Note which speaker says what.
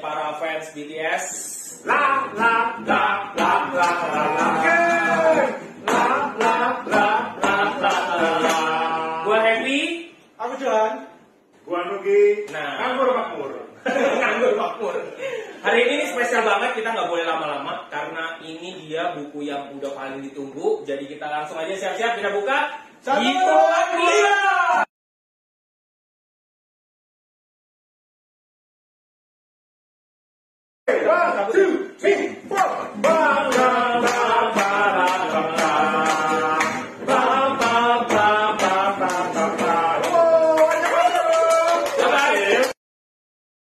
Speaker 1: BTS, BTS. La la la la la la la. La la la la la la la. Gua happy.
Speaker 2: Aku Johan.
Speaker 3: Gua Nugi.
Speaker 1: Nah.
Speaker 3: Anggur makmur.
Speaker 1: Nganggur makmur. Hari ini nih spesial banget kita nggak boleh lama-lama karena ini dia buku yang udah paling ditunggu. Jadi kita langsung aja siap-siap kita buka.
Speaker 2: Satu,
Speaker 1: Gito Agria.
Speaker 3: One, two, three, four, five.